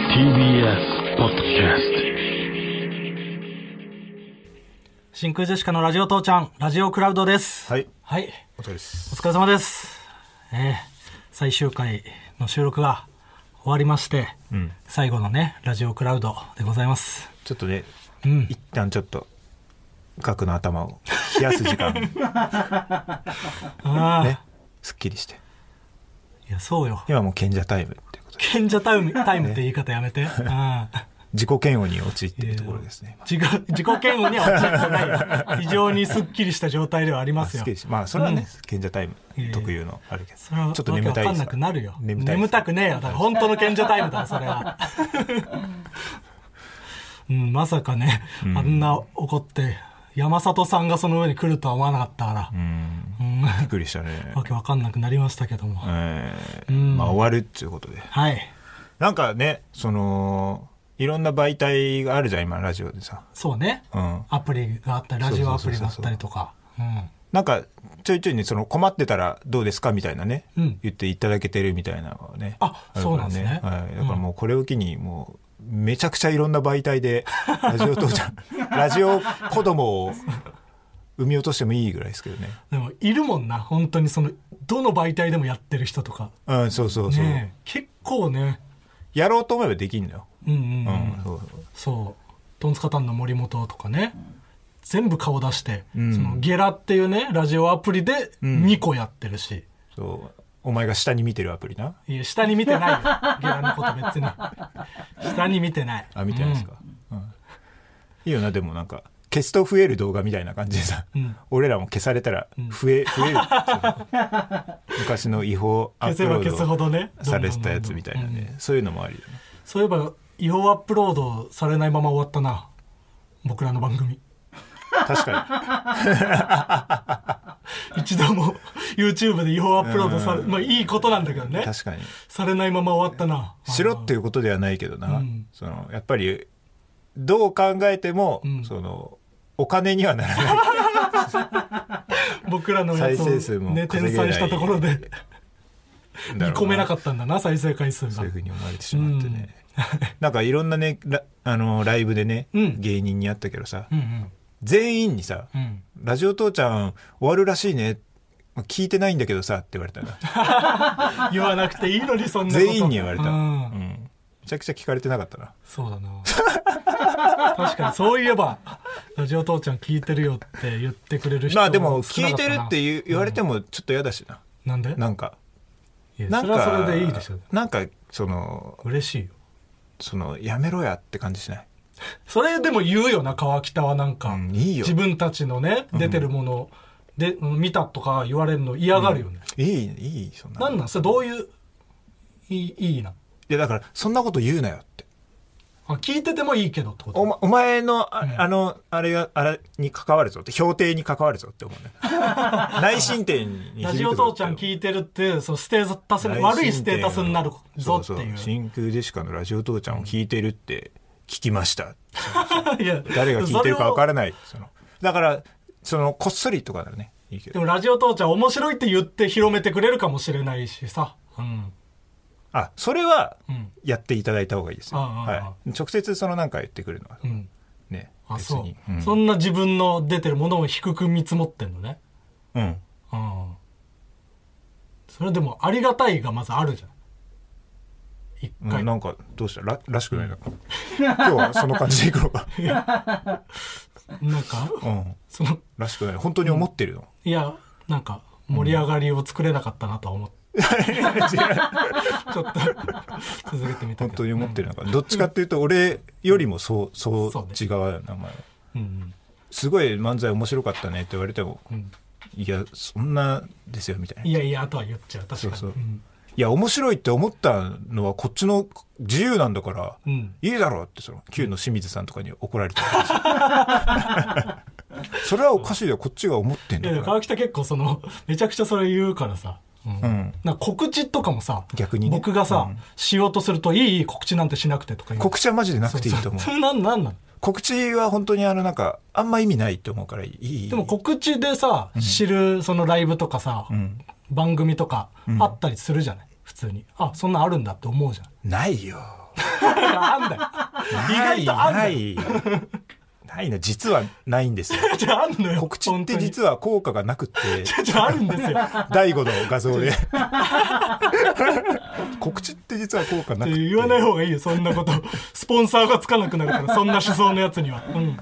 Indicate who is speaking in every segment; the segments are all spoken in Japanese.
Speaker 1: TBS ポッドキャス
Speaker 2: 真空ジェシカのラジオ父ちゃん、ラジオクラウドです。
Speaker 3: はい。
Speaker 2: はい。
Speaker 3: お疲れです。
Speaker 2: お疲れ様です。えー最終回の収録が終わりまして、
Speaker 3: ん
Speaker 2: 最後のね、ラジオクラウドでございます。
Speaker 3: ちょっとね、
Speaker 2: うん。
Speaker 3: 一旦ちょっと、額の頭を冷やす 時間、 ね、
Speaker 2: ああ、
Speaker 3: すっきりして。
Speaker 2: いや、そうよ。
Speaker 3: 今もう賢者タイムっていうことで、
Speaker 2: 賢者タイム、タイムって言い方やめて。うん。
Speaker 3: 自己嫌悪に陥っているところですね。
Speaker 2: 自己、自己嫌悪には陥ってない。非常にスッキリした状態ではありま
Speaker 3: まあ、
Speaker 2: す
Speaker 3: すっ
Speaker 2: よ
Speaker 3: き。りしまあ、それは
Speaker 2: うん
Speaker 3: ね、賢者タイム特有のあるけど、ち
Speaker 2: それは
Speaker 3: ょっと眠たい
Speaker 2: わけわか
Speaker 3: で
Speaker 2: ん
Speaker 3: す
Speaker 2: な
Speaker 3: か
Speaker 2: くなるよ。
Speaker 3: 眠たいです
Speaker 2: 眠たくねえよ。だから本当の賢者タイムだわ、それ は。うん、まさかね、あんな怒って、山里さんがその上に来るとは思わなかったから
Speaker 3: う、ん。
Speaker 2: うん、
Speaker 3: びっくりしたね。
Speaker 2: わけわかんなくなりましたけども。
Speaker 3: え
Speaker 2: う
Speaker 3: ー
Speaker 2: ん
Speaker 3: まあ、終わるっていうことで。
Speaker 2: はい。
Speaker 3: なんかね、その、いろんな媒体があるじゃん、今、ラジオでさ。
Speaker 2: そうね。
Speaker 3: うん。
Speaker 2: アプリがあったり、ラジオアプリがあったりとか。うん。
Speaker 3: なんか、ちょいちょいね、その困ってたらどうですかみたいなね、
Speaker 2: うん
Speaker 3: 言っていただけてるみたいなのはね。
Speaker 2: あ
Speaker 3: るから
Speaker 2: そうなんですね
Speaker 3: はい。だからもうこれを機に、もう、めちゃくちゃいろんな媒 体で、ラジオ父ちゃん、ラジオ子供を産み落としてもいいぐらいですけどね。
Speaker 2: でも、いるもんな、本当にその、どの媒体でもやってる人とか。
Speaker 3: うん、そうそうそう。
Speaker 2: ねえ結構ね、
Speaker 3: やろうと思えばできんのよ。
Speaker 2: うんうん
Speaker 3: う
Speaker 2: うんん、
Speaker 3: そう
Speaker 2: そう「トンツカタンの森本」とかね全部顔出して、
Speaker 3: ん
Speaker 2: そのゲラっていうねラジオアプリで
Speaker 3: ん
Speaker 2: 2個やってるし、
Speaker 3: そう。お前が下に見てるアプリな。
Speaker 2: いや下に見て ないよゲラのこと別に下に見てない
Speaker 3: あ、見てないですか。うん。いいよな、でもなんか、消すと増える動画みたいな感じでさ、
Speaker 2: うん
Speaker 3: 俺らも消されたら増え、増える。 昔の違法ア
Speaker 2: 消
Speaker 3: ッ
Speaker 2: せ
Speaker 3: プ
Speaker 2: ば
Speaker 3: ロ
Speaker 2: 消すほ
Speaker 3: ー
Speaker 2: どね
Speaker 3: ドされてたやつみたいな
Speaker 2: どんどんどんどん
Speaker 3: ね、そういうのもありだね。
Speaker 2: うんそういえば違法アップロードされないまま終わったな僕らの番組
Speaker 3: 確か
Speaker 2: 一度も YouTube で違法アップロードされ、まあいいことなんだけど
Speaker 3: に、
Speaker 2: ね
Speaker 3: 確かに。
Speaker 2: されないまま終わったな
Speaker 3: しろっていうことではないけど
Speaker 2: う、
Speaker 3: なんその、やっぱり、どう考えても
Speaker 2: ん、
Speaker 3: その、お金にはならない。
Speaker 2: 僕らのやつを、
Speaker 3: 再生数も
Speaker 2: ね、
Speaker 3: 稼
Speaker 2: 転
Speaker 3: げない
Speaker 2: 載したところで
Speaker 3: んだろう
Speaker 2: 見
Speaker 3: な
Speaker 2: 込めなかったんだな再生回数
Speaker 3: そ
Speaker 2: が
Speaker 3: ういうふうに思われてしまってね。なんかいろんなね、ラあの、ライブでね、
Speaker 2: うん
Speaker 3: 芸人に会ったけどさ
Speaker 2: う、ん
Speaker 3: 全員にさ、
Speaker 2: うんうん
Speaker 3: ラジオ父ちゃん終わるらしいね。聞いてないんだけどさって言われたな。
Speaker 2: 言わなくていいのにそんなこと
Speaker 3: 全員に言われた。う
Speaker 2: うん
Speaker 3: ん。めちゃくちゃ聞かれてなかったな。
Speaker 2: そうだな確かにそういえば「ラジオ父ちゃん聞いてるよ」って言ってくれる人
Speaker 3: まあでも、
Speaker 2: 少なか
Speaker 3: 聞い
Speaker 2: った
Speaker 3: て
Speaker 2: な
Speaker 3: るって言う言われてもちょっと嫌だしな。
Speaker 2: なんで
Speaker 3: なんか。
Speaker 2: いや
Speaker 3: なん
Speaker 2: そ
Speaker 3: か
Speaker 2: れ、はそれでいいでしょ
Speaker 3: なんか、その、
Speaker 2: 嬉しいよ
Speaker 3: その、やめろやって感じしない。
Speaker 2: それでも言うよな川北はなんか、
Speaker 3: うんいいよ
Speaker 2: 自分たちのね出てるもので、見たとか言われるの嫌がるよね、
Speaker 3: いい、いい、そんな。
Speaker 2: なんなんそれどういういいいいない
Speaker 3: や、だから、そんなこと言うなよって。
Speaker 2: あ聞いててもいいけどってこと
Speaker 3: お,、ま、お前のあ、あの、あれが、あれに関わるぞって、評定に関わるぞって思 うね。内申点に響くぞって。
Speaker 2: ラジオ父ちゃん聞いてるって、そのステータスに、悪いステータスになるぞっていう。
Speaker 3: そそ真空ジェシカのラジオ父ちゃんを聞いてるって聞きました。
Speaker 2: いや
Speaker 3: 誰が聞いてるかわかららない。そのだから、その、こっそりとかならね、いいけ
Speaker 2: で
Speaker 3: ど。
Speaker 2: もラジオ父ちゃん面白いって言って広めてくれるかもしれないしさ。うん。
Speaker 3: あ、それは
Speaker 2: うん、
Speaker 3: やっていただいた方がいいですよ。
Speaker 2: ああああ
Speaker 3: はい。直接そのなんか言ってくるのは
Speaker 2: う、ん。
Speaker 3: ね、
Speaker 2: あ、
Speaker 3: 別
Speaker 2: そ
Speaker 3: に。
Speaker 2: う、
Speaker 3: うん
Speaker 2: そんな自分の出てるものを低く見積もってんのね。
Speaker 3: うん。
Speaker 2: うん。それでもありがたいがまずあるじゃん。一
Speaker 3: うん
Speaker 2: 回。
Speaker 3: なんか、どうしたら、らしくないな。今日はその感じでいくのか。
Speaker 2: なんか、
Speaker 3: うん。
Speaker 2: その、
Speaker 3: らしくない。本当に思ってるの。
Speaker 2: いや、なんか、盛り上がりを作れなかったなとは思 って。ちょっと、続けてみたけど
Speaker 3: 本当。に思ってるのか。どっちかっていうと、俺よりもそう、そう
Speaker 2: そうね、
Speaker 3: 違うよな、お前は。
Speaker 2: うん
Speaker 3: すごい漫才面白かったねって言われても、
Speaker 2: うん
Speaker 3: いや、そんなですよ、みたいな。
Speaker 2: いやいやとは言っちゃう確か
Speaker 3: そう
Speaker 2: に
Speaker 3: そう。
Speaker 2: ん
Speaker 3: いや、面白いって思ったのはこっちの自由なんだから、
Speaker 2: うん
Speaker 3: いいだろうって、その、旧の清水さんとかに怒られてた。 それはおかしいよ、こっちが思って
Speaker 2: い
Speaker 3: ん
Speaker 2: や
Speaker 3: だ
Speaker 2: でも
Speaker 3: から。
Speaker 2: 川北結構そのめちゃくちゃそれ言うからさ、うん
Speaker 3: うん。
Speaker 2: なんか告知とかもさ
Speaker 3: 逆にね
Speaker 2: 僕がさ、
Speaker 3: うん
Speaker 2: しようとするといいいい告知なんてしなくてとか言う
Speaker 3: 告知はマジでなくていいと思う
Speaker 2: そ。それなんなんなん
Speaker 3: 告知は本当にあのなんかあんま意味ないと思うからいいいい
Speaker 2: でも告知でさ、知るそのライブとかさ、
Speaker 3: ん
Speaker 2: 番組とかあったりするじゃない普通にあそんなんあるんだって思うじゃん
Speaker 3: ないよ
Speaker 2: なんだよ。意外とあん
Speaker 3: な
Speaker 2: だよ。
Speaker 3: いないな実はないんですよ
Speaker 2: じゃああんのよ。
Speaker 3: 告知って
Speaker 2: は。
Speaker 3: 実は効果がなくって
Speaker 2: じゃああるん ですよ。
Speaker 3: 第5の画像で 告知って実は効果なくて
Speaker 2: 言わない方がいいよ、そんなこと。スポンサーがつかなくなるから、そんな思想のやつには。うん。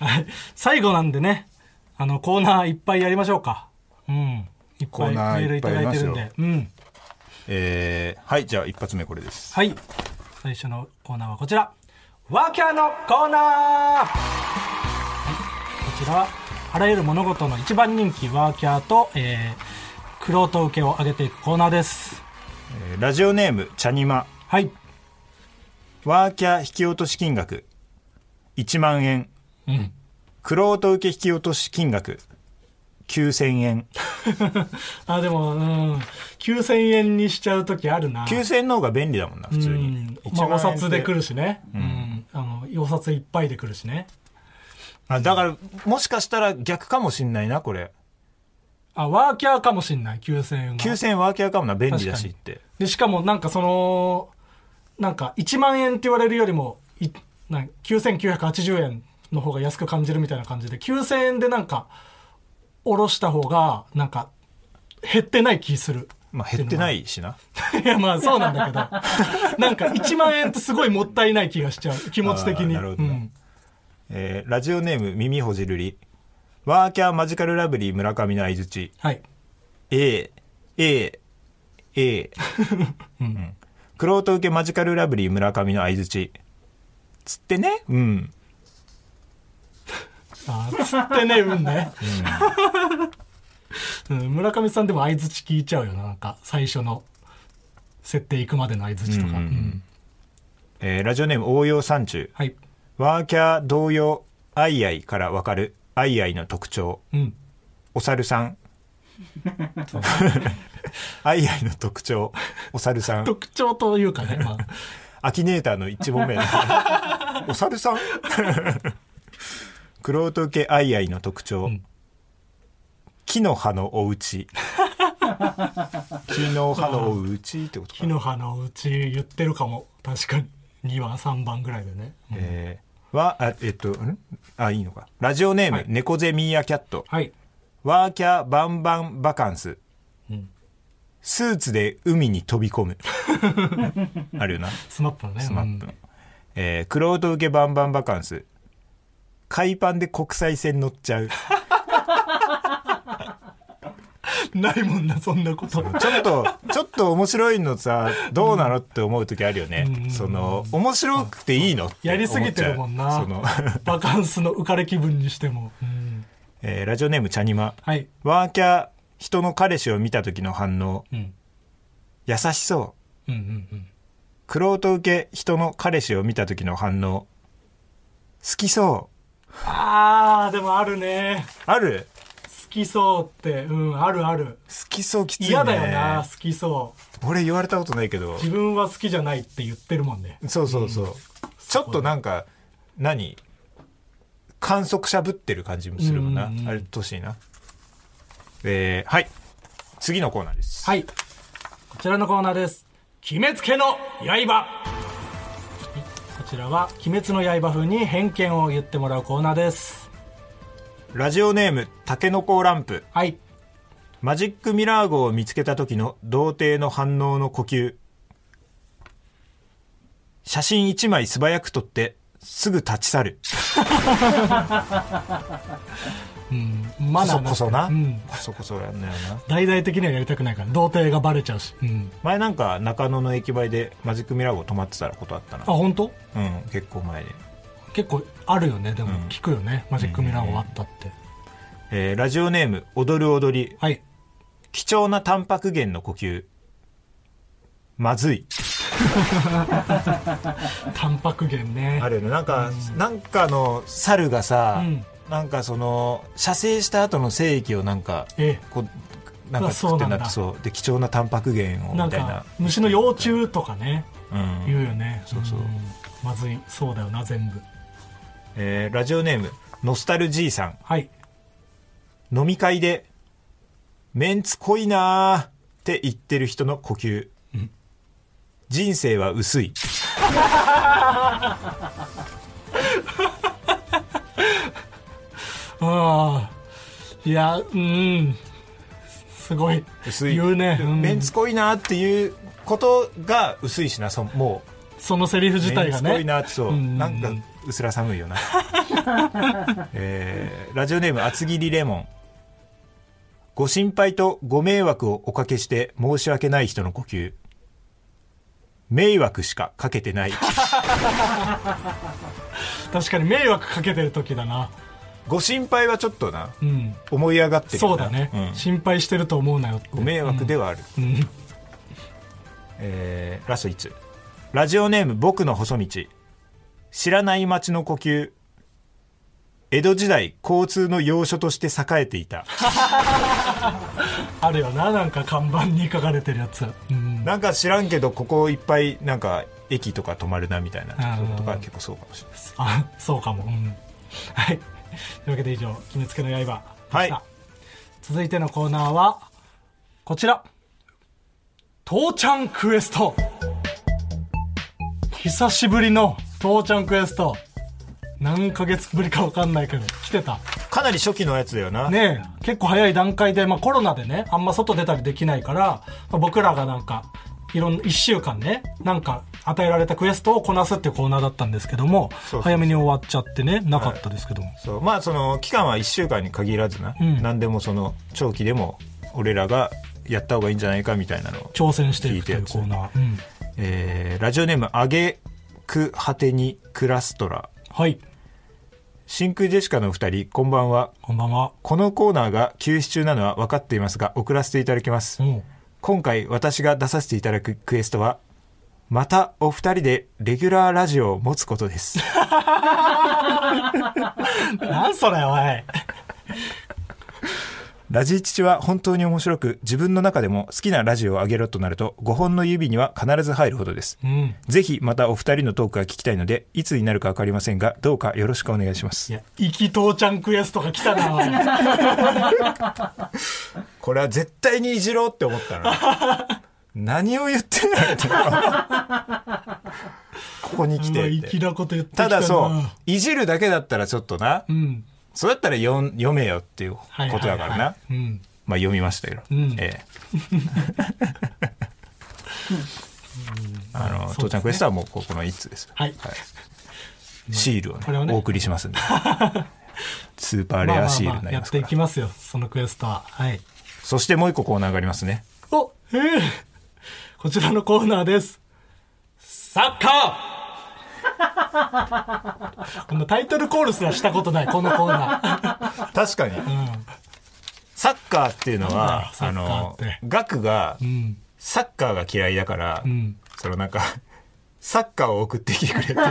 Speaker 2: はい。最後なんでね、あの、コーナーいっぱいやりましょうか。うん。いっ
Speaker 3: コ
Speaker 2: ぱい
Speaker 3: ー
Speaker 2: メ
Speaker 3: ナー
Speaker 2: ールいただいてるん
Speaker 3: いっ
Speaker 2: で。うん。
Speaker 3: えーはいじゃあ一発目これです
Speaker 2: はい。最初のコーナーはこちら。ワーキャーのコーナー、はい、こちらは、あらゆる物事の一番人気、ワーキャーと、えー、クロ受けを上げていくコーナーです。
Speaker 3: えーラジオネームチャニマ
Speaker 2: はい。
Speaker 3: ワーキャー引き落とし金額1万円
Speaker 2: うん。
Speaker 3: クロート受け引き落とし金額9000円
Speaker 2: あ、でも、うん。9000円にしちゃうときあるな。
Speaker 3: 9000円の方が便利だもんな普通
Speaker 2: う
Speaker 3: に
Speaker 2: んまあ、お札で来
Speaker 3: る
Speaker 2: るしね。うん。あの、お札いっぱいで来るしね。
Speaker 3: あだからもしかしたら逆かもしんないなこれ
Speaker 2: あ、ワーキャーかもしんない、9000円が。
Speaker 3: 9000円ワーキャーかもな便利だしって
Speaker 2: でしかもなんかそのなんか1万円って言われるよりもいなん9980円の方が安く感じるみたいな感じで9000円でなんか下ろした方がなんか減ってない気する
Speaker 3: まあ減ってないしな い
Speaker 2: やまあそうなんだけど なんか1万円ってすごいもったいない気がしちゃう気持ち的に
Speaker 3: あーなるほど
Speaker 2: う
Speaker 3: ね
Speaker 2: ん
Speaker 3: えーラジオネーム耳ほじるりワーキャーマジカルラブリー村上の相づち
Speaker 2: はい、
Speaker 3: A A A うんクロート受けマジカルラブリー村上の相づちつってねうん
Speaker 2: あーつってねうんね、うん、村上さんでも相づち聞いちゃうよななんか最初の設定行くまでの相づちとか、
Speaker 3: うんうんうん
Speaker 2: うん
Speaker 3: えーラジオネーム応用山中
Speaker 2: はい
Speaker 3: ワーキャー同様アイアイからわかるアイアイの特徴
Speaker 2: うん
Speaker 3: お猿さん アイアイの特徴お猿さん
Speaker 2: 特徴というかね、まあ、
Speaker 3: アキネーターの一問目お猿さんクロート受けアイアイの特徴、
Speaker 2: うん
Speaker 3: 木の葉のお うち木の葉のおうちってことか
Speaker 2: 木の葉のうち言ってるかも確かに2番3番ぐらいでね、うん
Speaker 3: えーはあえっとんあいいのかラジオネーム、
Speaker 2: はい
Speaker 3: 猫ゼミーアキャット
Speaker 2: はい
Speaker 3: ワーキャーバンバンバカンス、
Speaker 2: うん
Speaker 3: スーツで海に飛び込 むあるよな
Speaker 2: スマップのね
Speaker 3: スマップ
Speaker 2: う
Speaker 3: の
Speaker 2: ん、
Speaker 3: えー、クロート受けバンバンバカンス海パンで国際線乗っちゃうち
Speaker 2: ないもんなそんなこと
Speaker 3: ょっと ちょっと面白いのさどうなのって思う時あるよね、
Speaker 2: うん
Speaker 3: その面白くていいのって
Speaker 2: やりすぎてるもんな
Speaker 3: 思っちゃうその、
Speaker 2: バカンスの浮かれ気分にしても、うん
Speaker 3: えーラジオネームチャニマ
Speaker 2: はい、
Speaker 3: ワーキャー人の彼氏を見た時の反応
Speaker 2: うん、
Speaker 3: 優しそう
Speaker 2: うんうんうん
Speaker 3: クロート受け人の彼氏を見た時の反応好きそ
Speaker 2: あーでもあるね
Speaker 3: うある
Speaker 2: 好きそうってうんあるある
Speaker 3: 好きそうきついね
Speaker 2: 嫌だよな好きそう
Speaker 3: 俺言われたことないけど
Speaker 2: 自分は好きじゃないって言ってるもんね
Speaker 3: そうそうそう、ちょっとなんか何観測者ぶってる感じもするもんな、
Speaker 2: うんうん
Speaker 3: あれ年いなえー、はい次のコーナーです、
Speaker 2: はい。こちらのコーナーです。決めつけの刃こちらは、鬼滅の刃風に偏見を言ってもらうコーナーです。
Speaker 3: ラジオネームたけのこランプ
Speaker 2: はい。
Speaker 3: マジックミラー号を見つけた時の童貞の反応の呼吸写真1枚素早く撮ってすぐ立ち去る
Speaker 2: マナー
Speaker 3: こそ
Speaker 2: な
Speaker 3: こそな、
Speaker 2: うん。
Speaker 3: こそこそやんなよな
Speaker 2: 大々的にはやりたくないから、童貞がバレちゃうし。うん。
Speaker 3: 前なんか中野の駅前でマジックミラー号止まってたことあったな
Speaker 2: あ、本当？
Speaker 3: うん結構前で、
Speaker 2: 結構あるよね、でも、
Speaker 3: うん
Speaker 2: 聞くよね。マジックミラー終わったって。
Speaker 3: えーラジオネーム踊る踊り
Speaker 2: はい。
Speaker 3: 貴重なタンパク源の呼吸まずい
Speaker 2: タンパク源ね。
Speaker 3: あるよねなんか、なんかの猿がさ、
Speaker 2: うん
Speaker 3: なんかその射精した後の精液をなんか
Speaker 2: え
Speaker 3: こうなんか作ってなって
Speaker 2: あそ
Speaker 3: そうで貴重なタンパク源をみ
Speaker 2: なん
Speaker 3: たいな
Speaker 2: か、虫の幼虫とかね、
Speaker 3: うん
Speaker 2: 言うよね。
Speaker 3: そうそうん
Speaker 2: まずい、そうだよな、全部。
Speaker 3: えーラジオネームノスタルジーさん
Speaker 2: はい。
Speaker 3: 飲み会で「メンツ濃いなー」って言ってる人の呼吸、人生は薄い
Speaker 2: ああいやうんすごい
Speaker 3: 薄い
Speaker 2: 言うね、うん
Speaker 3: メンツ濃いなっていうことが薄いしなそも
Speaker 2: そのセリフ
Speaker 3: う
Speaker 2: 自体が
Speaker 3: メンツ濃
Speaker 2: ね
Speaker 3: いなってそう、
Speaker 2: うん
Speaker 3: なんかうすら寒いよな、 えーラジオネーム厚切りレモンご心配とご迷惑をおかけして申し訳ない人の呼吸迷惑しかかけてない
Speaker 2: 確かに迷惑かけてる時だな
Speaker 3: ご心配はちょっとな
Speaker 2: うん
Speaker 3: 思い上がってる
Speaker 2: そ
Speaker 3: よ
Speaker 2: う
Speaker 3: な
Speaker 2: だね、
Speaker 3: ん
Speaker 2: 心配してると思うなよって
Speaker 3: ご迷惑ではある、
Speaker 2: うん
Speaker 3: えーラスト1つラジオネーム「僕の細道」知らない町の呼吸江戸時代交通の要所として栄えていた
Speaker 2: あるよななんか看板に書かれてるやつ、うん、
Speaker 3: なんか知らんけどここいっぱいなんか駅とか止まるなみたいな
Speaker 2: あー
Speaker 3: とことか結構そうかもしれないです
Speaker 2: あそうかも、うん、はいというわけで以上「決めつけの刃」でした、
Speaker 3: はい
Speaker 2: 続いてのコーナーはこちら「父ちゃんクエスト」久しぶりの「父ちゃんクエスト」何ヶ月ぶりか分かんないけど来てた
Speaker 3: かなり初期のやつだよな、
Speaker 2: ねえ結構早い段階で、まあ、コロナでねあんま外出たりできないから、まあ僕らがなんかいろんな1週間ねなんか与えられたクエストをこなすっていうコーナーだったんですけども
Speaker 3: そうそう
Speaker 2: 早めに終わっちゃってねなかったですけども、
Speaker 3: そうまあその期間は1週間に限らずな、
Speaker 2: ん
Speaker 3: 何でもその長期でも俺らがやった方がいいんじゃないかみたいなのを
Speaker 2: 挑戦していくとい
Speaker 3: 聞
Speaker 2: う
Speaker 3: いた
Speaker 2: コ
Speaker 3: やつ
Speaker 2: ーナー、うん
Speaker 3: えーラジオネーム「あげく果てにクラストラ」
Speaker 2: はい
Speaker 3: 真空ジェシカのお二人こんばんは
Speaker 2: こんばんは
Speaker 3: このコーナーが休止中なのは分かっていますが送らせていただきます、
Speaker 2: うん
Speaker 3: 今回私が出させていただくクエストはまたお二人でレギュラーラジオを持つことです
Speaker 2: 何それおい
Speaker 3: ラジ父は本当に面白く自分の中でも好きなラジオをあげろとなると5本の指には必ず入るほどです、
Speaker 2: うん
Speaker 3: ぜひまたお二人のトークが聞きたいのでいつになるか分かりませんがどうかよろしくお願いしま
Speaker 2: い
Speaker 3: す
Speaker 2: や「生き父ちゃんクエスト」が来たなおい
Speaker 3: これは絶対にいじろうって思った の何を言ってんのってここに 来て
Speaker 2: 生
Speaker 3: って
Speaker 2: きなこと言ってき
Speaker 3: た
Speaker 2: な
Speaker 3: だそういじるだけだったらちょっとな、
Speaker 2: うん
Speaker 3: そうやったら読ん読めよっていう
Speaker 2: はい
Speaker 3: ことだから
Speaker 2: はい
Speaker 3: な、
Speaker 2: はいうん
Speaker 3: まあ読みましたけど、
Speaker 2: ん
Speaker 3: ええ あの、父ちゃんクエストはもうここの一通です、
Speaker 2: はい
Speaker 3: シールを
Speaker 2: こ
Speaker 3: ね
Speaker 2: れをね
Speaker 3: お送りします んでスーパー
Speaker 2: ま
Speaker 3: レ
Speaker 2: あ
Speaker 3: ア
Speaker 2: まあ
Speaker 3: シール
Speaker 2: ま
Speaker 3: にな
Speaker 2: あ
Speaker 3: り
Speaker 2: や
Speaker 3: ま
Speaker 2: っ
Speaker 3: すか
Speaker 2: て
Speaker 3: ら、
Speaker 2: いきますよそのクエストははい
Speaker 3: そしてもう一個コーナーがありますね
Speaker 2: お、ええこちらのコーナーです。サッカーこのタイトルコールすらしたことない、このコーナ
Speaker 3: 確かに、サッカーっていうのは
Speaker 2: サ
Speaker 3: あ
Speaker 2: ッカーっ
Speaker 3: の
Speaker 2: て
Speaker 3: 額が、
Speaker 2: ー。うん。
Speaker 3: サッカーが嫌いだから、
Speaker 2: ん
Speaker 3: そのなんかサッカーを送ってきてくれって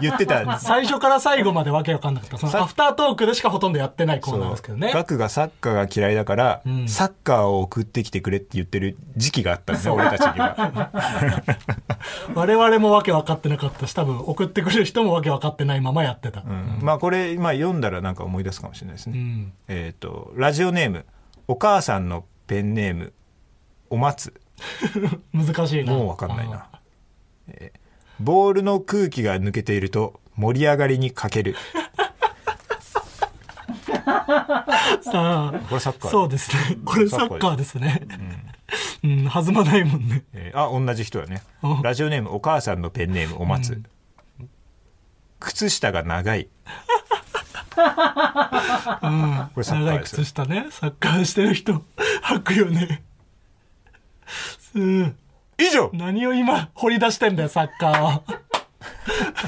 Speaker 3: 言ってたんです
Speaker 2: 最初から最後までわけわかんなかった。そ
Speaker 3: さ
Speaker 2: のアフタートークでしかほとんどやってないコーナーですけどね。
Speaker 3: ガクがサッカーが嫌いだから、
Speaker 2: ん
Speaker 3: サッカーを送ってきてくれって言ってる時期があったんですね俺たち には
Speaker 2: 我々もわけわかってなかったし、多分送ってくれる人もわけわかってないままやってた。
Speaker 3: うんまあこれ、まあ、読んだらなんか思い出すかもしれないですね、
Speaker 2: うん。
Speaker 3: えっ、とラジオネームお母さんのペンネームお松
Speaker 2: 難しいな。
Speaker 3: もう分かんないな、えーボールの空気が抜けていると盛り上がりに欠ける
Speaker 2: あー。さあ。
Speaker 3: これサッカー
Speaker 2: そうですね。これサッカーですね。うん、弾まないもんね。
Speaker 3: えーあ同じ人だね
Speaker 2: うん
Speaker 3: ラジオネームお母さんのペンネームお松、靴下が長いこれサッカ
Speaker 2: 長
Speaker 3: ー
Speaker 2: い
Speaker 3: です
Speaker 2: 靴
Speaker 3: よ
Speaker 2: 下ねサッカーしてる人履くよねうん
Speaker 3: 以上
Speaker 2: 何を今掘り出してんだよサッカーは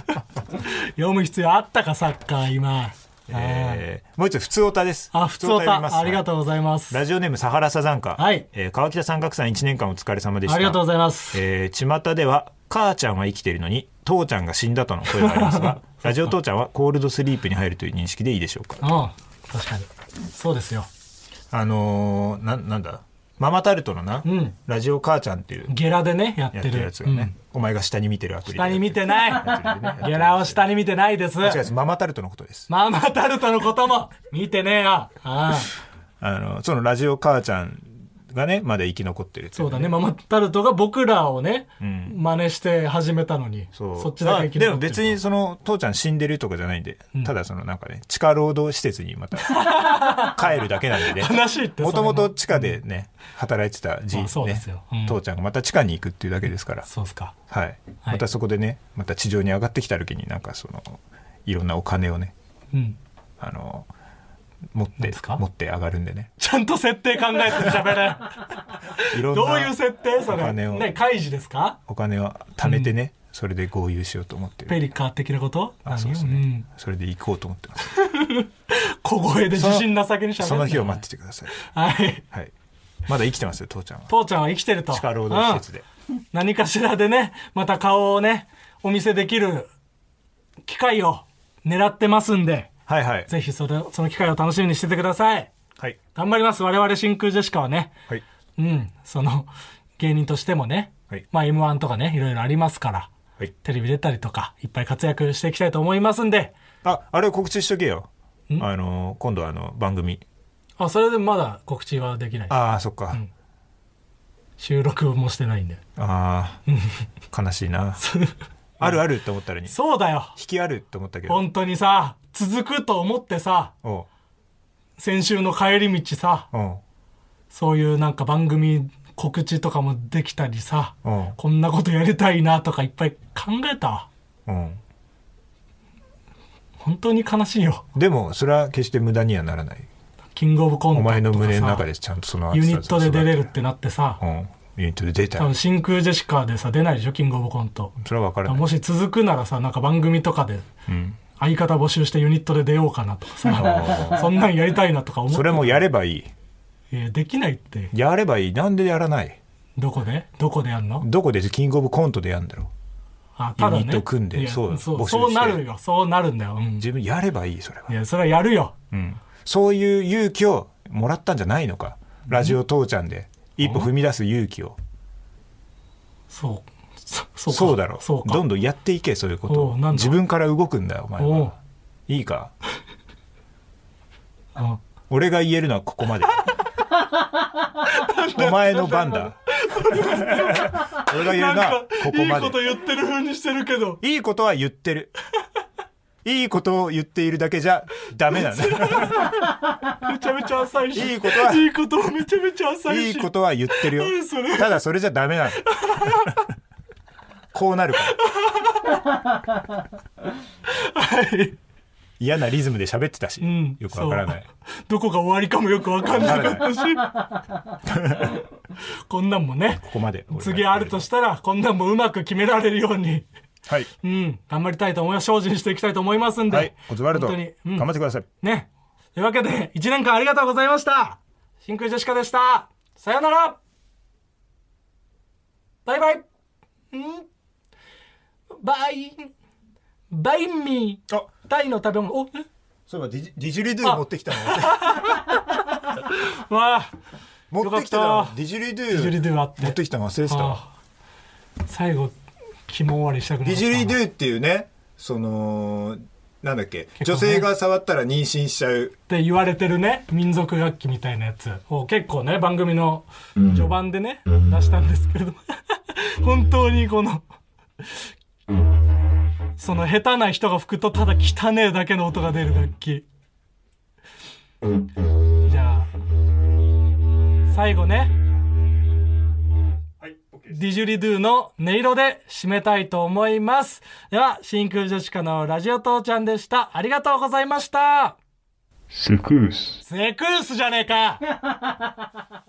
Speaker 2: 読む必要あったかサッカー今、
Speaker 3: えーもう一つ普通オタです
Speaker 2: あ普通お
Speaker 3: 読み
Speaker 2: たありがとうございます
Speaker 3: ラジオネームサハラサザンカ、
Speaker 2: はい
Speaker 3: えー川北三角さん1年間お疲れ様でした
Speaker 2: ありがとうございます、
Speaker 3: えー巷では母ちゃんは生きているのに父ちゃんが死んだとの声があります がラジオ父ちゃんはコールドスリープに入るという認識でいいでしょうか
Speaker 2: うん確かにそうですよ
Speaker 3: あのー、ななんだママタルトのな、
Speaker 2: ん
Speaker 3: ラジオ母ちゃんっていう
Speaker 2: ゲラでねやって
Speaker 3: や
Speaker 2: る
Speaker 3: ってるやつがね、
Speaker 2: うん
Speaker 3: お前が下に見てるアプリ
Speaker 2: 下に見て
Speaker 3: やってるや
Speaker 2: な
Speaker 3: って
Speaker 2: い
Speaker 3: る
Speaker 2: ゲラを下に見てないです
Speaker 3: 違うですママタルトのことです、
Speaker 2: ママタルトのことも見てねえよああ
Speaker 3: あのそのラジオ母ちゃんがねまだ生き残ってるってい
Speaker 2: そうだね、
Speaker 3: ま
Speaker 2: ママタルトが僕らをね、
Speaker 3: うん
Speaker 2: 真似して始めたのに、
Speaker 3: そう
Speaker 2: っちだけ生き
Speaker 3: ま
Speaker 2: 残
Speaker 3: あでも
Speaker 2: ってる
Speaker 3: 別にその父ちゃん死んでるとかじゃないんで、
Speaker 2: うん
Speaker 3: ただそのなんかね地下労働施設に また帰るだけなんでね
Speaker 2: 悲しいってそれ
Speaker 3: もともと地下でね働いてたじい
Speaker 2: まあそうで
Speaker 3: ね
Speaker 2: すようん
Speaker 3: 父ちゃんがまた地下に行くっていうだけですから
Speaker 2: そうっすか
Speaker 3: はい、
Speaker 2: はい
Speaker 3: またそこでねまた地上に上がってきた時になんかそのいろんなお金をね
Speaker 2: うん
Speaker 3: あの持っ
Speaker 2: なん
Speaker 3: て
Speaker 2: ですか
Speaker 3: 持って上がるんでね
Speaker 2: ちゃんと設定考えて喋 れ
Speaker 3: いろんな
Speaker 2: どういう設定そ
Speaker 3: お
Speaker 2: れ
Speaker 3: 金を
Speaker 2: ね開示ですか
Speaker 3: お金を貯めてね、それで合流しようと思って
Speaker 2: ペ
Speaker 3: る
Speaker 2: リカー的なこと
Speaker 3: あそうですね、それで行こうと思ってます
Speaker 2: うん小声で自信なさげにしゃべ
Speaker 3: その日を待っててください
Speaker 2: はい
Speaker 3: はいまだ生きてますよ父ちゃんは
Speaker 2: 父ちゃんは生きてると
Speaker 3: 地下労働施設で、
Speaker 2: うん何かしらでねまた顔をねお見せできる機会を狙ってますんで
Speaker 3: はいはい
Speaker 2: ぜひそれその機会を楽しみにしててください
Speaker 3: はい
Speaker 2: 頑張ります我々真空ジェシカはね
Speaker 3: はい
Speaker 2: うんその芸人としてもね、
Speaker 3: はい
Speaker 2: まあ m 1とかねいろいろありますから
Speaker 3: はい
Speaker 2: テレビ出たりとかいっぱい活躍していきたいと思いますんで
Speaker 3: ああれ告知しとけよあの今度あの番組
Speaker 2: あそれでまだ告知はできない
Speaker 3: ああそっか、
Speaker 2: ん収録もしてないんで
Speaker 3: ああ悲しいなあるあるって思ったらに引
Speaker 2: そうだよ
Speaker 3: きあるって思ったけど
Speaker 2: 本当にさ続くと思ってさ
Speaker 3: おう
Speaker 2: 先週の帰り道さ
Speaker 3: おう
Speaker 2: そういうなんか番組告知とかもできたりさ
Speaker 3: おう
Speaker 2: こんなことやりたいなとかいっぱい考えたわ
Speaker 3: お
Speaker 2: 本当に悲しいよ
Speaker 3: うでもそれは決して無駄にはならない
Speaker 2: キングオブコント
Speaker 3: お
Speaker 2: とかさ
Speaker 3: 前の胸の中でちゃんとその
Speaker 2: ユニットで出れるって
Speaker 3: な
Speaker 2: なってさ
Speaker 3: うんユニットで出た
Speaker 2: 多
Speaker 3: よ
Speaker 2: 分真空ジェシカでさ出ないでしょキングオブコント
Speaker 3: それは分からない、
Speaker 2: もし続くならさなんか番組とかで
Speaker 3: うん、
Speaker 2: 相方募集してユニットで出ようかなとかさ そんなんやりたいなとか思って
Speaker 3: それもやればいい
Speaker 2: いやできないって
Speaker 3: やればいいなんでやらない
Speaker 2: どこでどこでやんの
Speaker 3: どこでキングオブコントでやるんだろ
Speaker 2: あただね
Speaker 3: ユニット組んで
Speaker 2: いや
Speaker 3: そう
Speaker 2: そ
Speaker 3: 募
Speaker 2: う
Speaker 3: 集
Speaker 2: そう
Speaker 3: して
Speaker 2: なるよそうなるんだよ、う、
Speaker 3: うん自分やればいいそれはい
Speaker 2: やそれはやるよ
Speaker 3: うん、そういう勇気をもらったんじゃないのかラジオ父ちゃんで一歩踏み出す勇気を
Speaker 2: そうそそうか
Speaker 3: そうだろ
Speaker 2: そうか
Speaker 3: どんどんやっていけそういうこと
Speaker 2: お
Speaker 3: を
Speaker 2: うなんだ
Speaker 3: 自分から動くんだよお前
Speaker 2: おう
Speaker 3: は、いいか
Speaker 2: うん
Speaker 3: 俺が言えるのはこ こまでお前の番 だ俺が言え
Speaker 2: な
Speaker 3: る
Speaker 2: ん
Speaker 3: の
Speaker 2: か
Speaker 3: はここま
Speaker 2: いいこと
Speaker 3: で
Speaker 2: 言ってる風にしてるけど
Speaker 3: いいことは言ってるいいことを言っているだけじゃダメなんだ
Speaker 2: めちゃめちゃ浅いし
Speaker 3: いいことはい
Speaker 2: いことはめちゃめちゃ浅い
Speaker 3: い
Speaker 2: し
Speaker 3: いことは言ってる よ
Speaker 2: 何それ
Speaker 3: ただそれじゃダ メなのこうなるから
Speaker 2: はい
Speaker 3: 嫌なリズムで喋ってたし、
Speaker 2: うん
Speaker 3: よくわからない
Speaker 2: そうどこが終わりかもよくわかんなかったし こんなんもね
Speaker 3: ここまで
Speaker 2: 次あると
Speaker 3: し
Speaker 2: したらこんなんもうまく決められるように
Speaker 3: はい、
Speaker 2: うん頑張りたいと思います精進していきたいと思いますんで、
Speaker 3: はい、オズワルド
Speaker 2: 本当に、うん
Speaker 3: 頑張ってください
Speaker 2: ねというわけで1年間ありがとうございました真空ジェシカでしたさよならバイバイんバイバインミー
Speaker 3: あ
Speaker 2: タイの食べ物おえ
Speaker 3: そういえばディジディジュリドゥ持っ てきたの
Speaker 2: わあ
Speaker 3: 持ってきた
Speaker 2: よ
Speaker 3: の
Speaker 2: かった
Speaker 3: ディジュリド
Speaker 2: ディジュリ
Speaker 3: ゥ
Speaker 2: ドゥあって
Speaker 3: 持ってきたの忘れてたわ
Speaker 2: ああ最後肝終わりしたくなか
Speaker 3: デ
Speaker 2: った
Speaker 3: ィジュリドゥっていうねそのなんだっけ、
Speaker 2: 構ね
Speaker 3: 女性が触ったら妊娠しちゃう
Speaker 2: って言われてるね民族楽器みたいなやつを結構ね番組の序盤でね、出したんですけれど本当にこのその下手な人が吹くとただ汚えだけの音が出る楽器じゃあ最後ねディジュリドゥの音色で締めたいと思いますでは真空ジェシカのラジオ父ちゃんでしたありがとうございました
Speaker 4: Secousse.
Speaker 2: セクースじゃねえか